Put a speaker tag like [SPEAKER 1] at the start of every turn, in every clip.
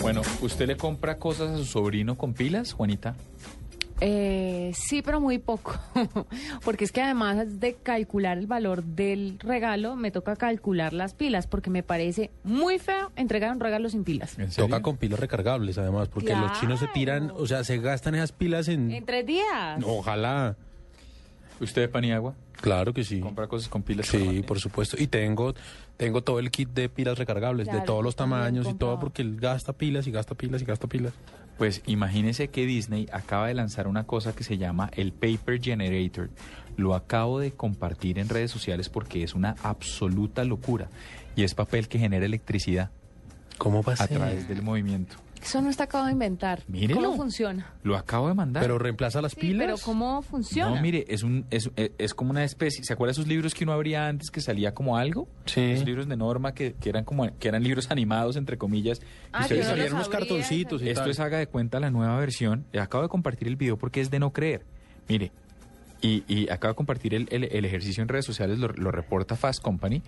[SPEAKER 1] Bueno, ¿usted le compra cosas a su sobrino con pilas, Juanita?
[SPEAKER 2] Eh, sí, pero muy poco, porque es que además de calcular el valor del regalo, me toca calcular las pilas, porque me parece muy feo entregar un regalo sin pilas.
[SPEAKER 1] ¿En serio?
[SPEAKER 3] Toca con pilas recargables, además, porque los chinos se tiran,
[SPEAKER 2] Claro.
[SPEAKER 3] o sea, se gastan esas pilas
[SPEAKER 1] mm.
[SPEAKER 3] en...
[SPEAKER 2] En tres días.
[SPEAKER 3] Ojalá.
[SPEAKER 1] ¿Usted de Paniagua
[SPEAKER 3] Claro que sí.
[SPEAKER 1] compra cosas con pilas?
[SPEAKER 3] Sí,
[SPEAKER 1] normalmente?
[SPEAKER 3] por supuesto. Y tengo, tengo todo el kit de pilas recargables, de
[SPEAKER 2] Claro,
[SPEAKER 3] todos
[SPEAKER 2] yo
[SPEAKER 3] los
[SPEAKER 2] también
[SPEAKER 3] tamaños y todo,
[SPEAKER 2] compraba.
[SPEAKER 3] porque él gasta pilas y gasta pilas y gasta pilas.
[SPEAKER 1] Pues imagínese que Disney acaba de lanzar una cosa que se llama el Paper Generator. Lo acabo de compartir en redes sociales porque es una absoluta locura. Y es papel que genera electricidad
[SPEAKER 3] ¿Cómo
[SPEAKER 1] a
[SPEAKER 3] pasa?
[SPEAKER 1] través del movimiento.
[SPEAKER 2] Eso no está acabado de inventar.
[SPEAKER 1] Mírelo.
[SPEAKER 2] ¿Cómo funciona?
[SPEAKER 1] Lo acabo de mandar.
[SPEAKER 3] ¿Pero reemplaza las
[SPEAKER 2] Sí,
[SPEAKER 3] pilas?
[SPEAKER 2] pero ¿cómo funciona?
[SPEAKER 1] no, mire, es, un, es, es- es como una especie. ¿Se acuerda esos libros que uno abría antes que salía como algo?
[SPEAKER 3] Sí.
[SPEAKER 1] Los libros de Norma que, que eran como que eran libros animados entre comillas.
[SPEAKER 2] Ah,
[SPEAKER 1] Y
[SPEAKER 3] Sí,
[SPEAKER 1] ustedes
[SPEAKER 2] yo no
[SPEAKER 1] salían
[SPEAKER 3] salieron unos
[SPEAKER 2] sabría,
[SPEAKER 3] cartoncitos y
[SPEAKER 1] Esto
[SPEAKER 3] tal.
[SPEAKER 1] es haga de cuenta la nueva versión. Eh, Acabo de compartir el video porque es de no creer. Mire, y, y acabo de compartir el, el- el ejercicio en redes sociales, lo, lo reporta Fast Company,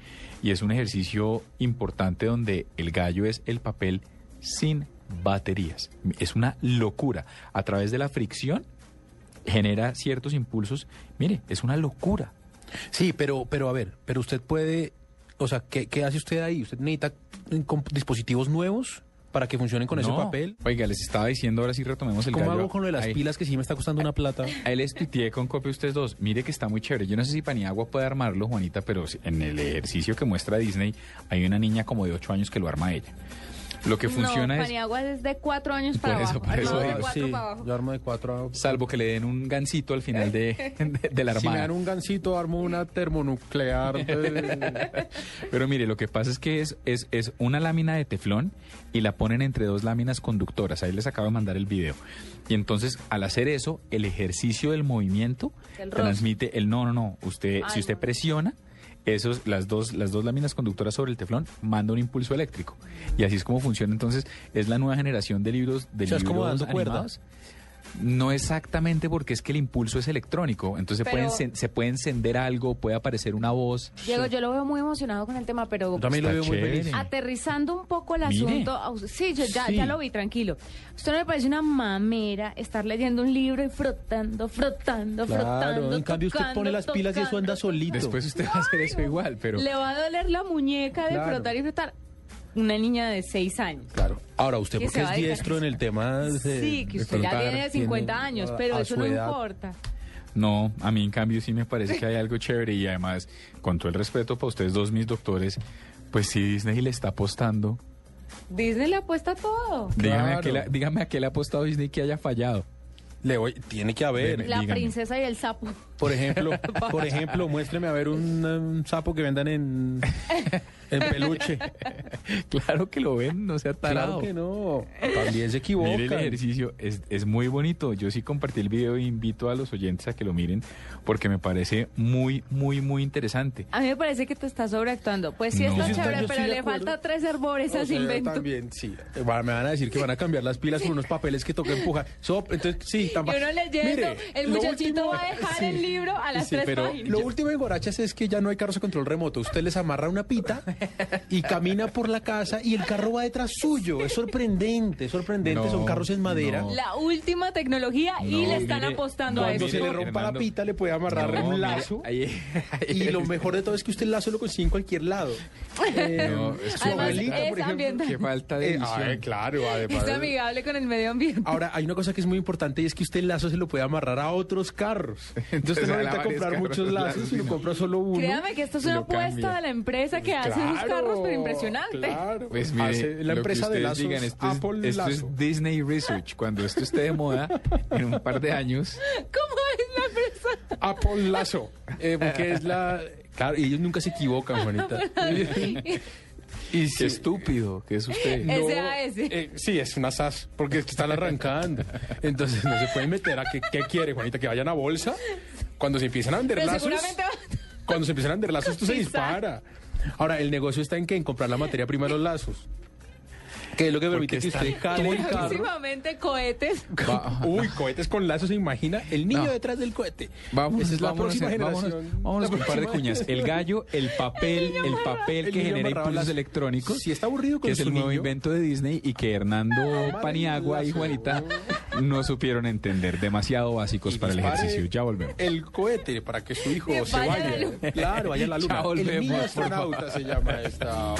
[SPEAKER 1] y es un ejercicio importante donde el gallo es el papel sin baterías. Es una locura. A través de la fricción genera ciertos impulsos. Mire, es una locura.
[SPEAKER 3] Sí, pero, pero a ver, pero usted puede, o sea, ¿qué, qué hace usted ahí? ¿Usted necesita mm, comp- dispositivos nuevos para que funcionen con ese
[SPEAKER 1] No.
[SPEAKER 3] papel?
[SPEAKER 1] Oiga, les estaba diciendo, ahora sí retomemos el
[SPEAKER 3] ¿Cómo
[SPEAKER 1] gallo.
[SPEAKER 3] hago con lo de las
[SPEAKER 1] Ahí.
[SPEAKER 3] pilas que sí me está costando una plata?
[SPEAKER 1] Ahí les pitié con copia ustedes dos. Mire que está muy chévere. Yo no sé si Paniagua puede armarlo, Juanita, pero si- en el ejercicio que muestra Disney hay una niña como de 8 años que lo arma ella. Lo que funciona es,
[SPEAKER 2] no, Paniagua es de cuatro años
[SPEAKER 1] Por
[SPEAKER 2] para
[SPEAKER 1] eso,
[SPEAKER 2] abajo.
[SPEAKER 1] por eso
[SPEAKER 2] armado de
[SPEAKER 1] digo,
[SPEAKER 2] cuatro
[SPEAKER 3] sí,
[SPEAKER 2] para abajo.
[SPEAKER 3] yo armo de cuatro a...
[SPEAKER 1] salvo que le den un gancito al final de, de- de la
[SPEAKER 3] Si me
[SPEAKER 1] armada.
[SPEAKER 3] dan un gancito, armo una termonuclear. de-
[SPEAKER 1] Pero mire, lo que pasa es que es, es, es una lámina de teflón y la ponen entre dos láminas conductoras. Ahí les acabo de mandar el video. Y entonces, al hacer eso, el ejercicio del movimiento
[SPEAKER 2] Del roce.
[SPEAKER 1] transmite el no, no, no. Usted,
[SPEAKER 2] Ay,
[SPEAKER 1] si usted
[SPEAKER 2] no.
[SPEAKER 1] presiona esos, las, dos, las dos láminas conductoras sobre el teflón, manda un impulso eléctrico. Y así es como funciona. Entonces, es la nueva generación de libros de
[SPEAKER 3] O sea, es como
[SPEAKER 1] libros
[SPEAKER 3] dando cuerda.
[SPEAKER 1] animados. No exactamente porque es que el impulso es electrónico, entonces se puede
[SPEAKER 2] Pero-
[SPEAKER 1] encen- se puede encender algo, puede aparecer una voz.
[SPEAKER 2] Diego, yo lo veo muy emocionado con el tema, pero
[SPEAKER 3] Yo también lo
[SPEAKER 1] Está
[SPEAKER 3] veo muy
[SPEAKER 1] chévere.
[SPEAKER 3] feliz.
[SPEAKER 2] Ah, Aterrizando un poco el
[SPEAKER 1] Mire.
[SPEAKER 2] asunto, a us- sí, yo ya,
[SPEAKER 1] Sí.
[SPEAKER 2] ya lo vi, tranquilo. Usted no me parece una mamera estar leyendo un libro y frotando, frotando, frotando.
[SPEAKER 3] Claro, en cambio usted
[SPEAKER 2] tocando,
[SPEAKER 3] pone las pilas y eso
[SPEAKER 2] tocando,
[SPEAKER 3] anda solito.
[SPEAKER 1] Después usted va a hacer eso igual, pero...
[SPEAKER 2] Le va a doler la muñeca de
[SPEAKER 3] Claro.
[SPEAKER 2] frotar y frotar. Una niña de seis años.
[SPEAKER 3] Claro. Ahora, usted
[SPEAKER 2] Que
[SPEAKER 3] porque
[SPEAKER 2] se va
[SPEAKER 3] es
[SPEAKER 2] a dedicar-
[SPEAKER 3] diestro en el tema de,
[SPEAKER 2] Sí, que
[SPEAKER 3] de
[SPEAKER 2] usted ya
[SPEAKER 3] frotar,
[SPEAKER 2] tiene 50
[SPEAKER 3] tiene-
[SPEAKER 2] años,
[SPEAKER 3] a-
[SPEAKER 2] pero
[SPEAKER 3] a
[SPEAKER 2] eso
[SPEAKER 3] su
[SPEAKER 2] no
[SPEAKER 3] edad.
[SPEAKER 2] importa.
[SPEAKER 1] No, a mí en cambio sí me parece que hay algo chévere y además, con todo el respeto para ustedes dos, mis doctores, pues si Disney le está apostando,
[SPEAKER 2] Disney le apuesta todo.
[SPEAKER 1] dígame, a
[SPEAKER 3] Claro.
[SPEAKER 1] qué le, dígame a qué le ha apostado Disney que haya fallado.
[SPEAKER 3] Le voy, tiene que haber.
[SPEAKER 1] Deme.
[SPEAKER 2] La
[SPEAKER 1] dígame.
[SPEAKER 2] princesa y el sapo.
[SPEAKER 3] Por ejemplo, por ejemplo, muéstreme a ver un, um, sapo que vendan en, en peluche.
[SPEAKER 1] Claro que lo ven, no sea
[SPEAKER 3] Claro
[SPEAKER 1] tarado.
[SPEAKER 3] que no. También se equivoca.
[SPEAKER 1] Mire el ejercicio, es, es muy bonito. Yo sí compartí el video e invito a los oyentes a que lo miren porque me parece muy, muy, muy interesante.
[SPEAKER 2] A mí me parece que te está sobreactuando. Pues sí,
[SPEAKER 1] No.
[SPEAKER 2] está
[SPEAKER 1] Sí, está-
[SPEAKER 2] chévere,
[SPEAKER 3] yo
[SPEAKER 2] pero
[SPEAKER 3] estoy de
[SPEAKER 2] le
[SPEAKER 3] acuerdo.
[SPEAKER 2] falta tres herbores al invento.
[SPEAKER 3] también, sí. Eh, va- Me van a decir que van a cambiar las pilas por unos papeles que toca empujar. Sop, entonces, sí,
[SPEAKER 2] Y
[SPEAKER 3] tampoco.
[SPEAKER 2] uno leyendo, el muchachito va a dejar el libro a las
[SPEAKER 3] Sí,
[SPEAKER 2] tres
[SPEAKER 3] pero
[SPEAKER 2] páginas.
[SPEAKER 3] lo último en Gorachas es que ya no hay carros a control remoto. Usted les amarra una pita y camina por la casa y el carro va detrás suyo. Es sorprendente, es sorprendente.
[SPEAKER 1] No,
[SPEAKER 3] Son carros en madera.
[SPEAKER 1] no.
[SPEAKER 2] La última tecnología y
[SPEAKER 1] No,
[SPEAKER 2] le están
[SPEAKER 1] mire,
[SPEAKER 2] apostando a
[SPEAKER 3] Cuando
[SPEAKER 2] eso.
[SPEAKER 1] mire,
[SPEAKER 3] se le rompa
[SPEAKER 1] Hernando.
[SPEAKER 3] la pita le puede amarrar
[SPEAKER 1] No,
[SPEAKER 3] un
[SPEAKER 1] mire,
[SPEAKER 3] lazo.
[SPEAKER 1] ahí- ahí-
[SPEAKER 3] Y lo mejor de todo es que usted el lazo lo consigue en cualquier lado. Eh,
[SPEAKER 1] No, es que-
[SPEAKER 3] su abuelita,
[SPEAKER 2] Además,
[SPEAKER 3] por
[SPEAKER 2] es
[SPEAKER 3] ejemplo,
[SPEAKER 2] ambiental.
[SPEAKER 1] Qué falta de
[SPEAKER 3] eh, ah,
[SPEAKER 1] visión.
[SPEAKER 3] eh, claro,
[SPEAKER 2] Es amigable con el medio ambiente.
[SPEAKER 3] Ahora, hay una cosa que es muy importante y es que usted el lazo se lo puede amarrar a otros carros.
[SPEAKER 1] Entonces,
[SPEAKER 3] Entonces, usted no
[SPEAKER 1] a
[SPEAKER 3] necesita
[SPEAKER 1] varios
[SPEAKER 3] comprar
[SPEAKER 1] carros,
[SPEAKER 3] muchos lazos,
[SPEAKER 1] lazos,
[SPEAKER 3] sino
[SPEAKER 1] sí, no.
[SPEAKER 3] compra solo uno.
[SPEAKER 2] Créame que esto es
[SPEAKER 1] y
[SPEAKER 2] una
[SPEAKER 1] lo
[SPEAKER 2] apuesta
[SPEAKER 1] cambia.
[SPEAKER 2] de la empresa que hace
[SPEAKER 3] Claro,
[SPEAKER 2] esos carros, pero impresionante.
[SPEAKER 3] Claro.
[SPEAKER 1] Pues mire,
[SPEAKER 3] Hace
[SPEAKER 1] lo
[SPEAKER 3] Ah, la
[SPEAKER 1] que
[SPEAKER 3] empresa de
[SPEAKER 1] ustedes
[SPEAKER 3] lazos,
[SPEAKER 1] digan, esto es-
[SPEAKER 3] Apple
[SPEAKER 1] esto
[SPEAKER 3] Lazo.
[SPEAKER 1] es Disney Research. Cuando esto esté de moda, en un par de años,
[SPEAKER 2] ¿Cómo es la empresa?
[SPEAKER 3] Apple Lazo. Eh, porque es la... Claro, y ellos nunca se equivocan, Juanita.
[SPEAKER 1] y qué estúpido que es usted.
[SPEAKER 2] Eh, SAS.
[SPEAKER 3] eh, sí, es una SAS, porque es que están arrancando. Entonces no se pueden meter a qué, qué quiere, Juanita, que vayan a bolsa. Cuando se empiezan a vender
[SPEAKER 2] Pero
[SPEAKER 3] lazos.
[SPEAKER 2] Pues seguramente va-
[SPEAKER 3] Cuando se empiezan a vender lazos, esto se
[SPEAKER 2] Sí, sa-
[SPEAKER 3] dispara. Ahora, el negocio está en que en comprar la materia prima de los lazos. Que es lo que permite que
[SPEAKER 1] Porque
[SPEAKER 3] usted jale el carro.
[SPEAKER 2] Próximamente cohetes.
[SPEAKER 1] Va-
[SPEAKER 3] Uy, cohetes con lazos, ¿se imagina? El niño
[SPEAKER 1] No.
[SPEAKER 3] detrás del cohete.
[SPEAKER 1] Vamos,
[SPEAKER 3] Esa es la próxima
[SPEAKER 1] vámonos,
[SPEAKER 3] generación.
[SPEAKER 1] vámonos
[SPEAKER 3] La
[SPEAKER 1] con un par de
[SPEAKER 3] próxima-
[SPEAKER 1] cuñas. El gallo, el papel, el, papel
[SPEAKER 3] El
[SPEAKER 1] que
[SPEAKER 3] niño
[SPEAKER 1] genera
[SPEAKER 3] amarrado a
[SPEAKER 1] impulsos
[SPEAKER 3] las-
[SPEAKER 1] electrónicos.
[SPEAKER 3] Si está aburrido con
[SPEAKER 1] que es
[SPEAKER 3] su
[SPEAKER 1] el nuevo
[SPEAKER 3] niño.
[SPEAKER 1] invento de Disney y que Hernando
[SPEAKER 3] Madre
[SPEAKER 1] Paniagua y
[SPEAKER 3] lazo.
[SPEAKER 1] Juanita no supieron entender. Demasiado básicos
[SPEAKER 3] Y
[SPEAKER 1] para el
[SPEAKER 3] dispare
[SPEAKER 1] ejercicio. Ya volvemos.
[SPEAKER 3] El cohete para que su hijo
[SPEAKER 2] Que
[SPEAKER 3] se
[SPEAKER 2] vaya a
[SPEAKER 3] vaya.
[SPEAKER 2] la luna.
[SPEAKER 3] Claro, vaya a la luna.
[SPEAKER 1] Ya volvemos,
[SPEAKER 3] el niño
[SPEAKER 1] por
[SPEAKER 3] astronauta se llama esta.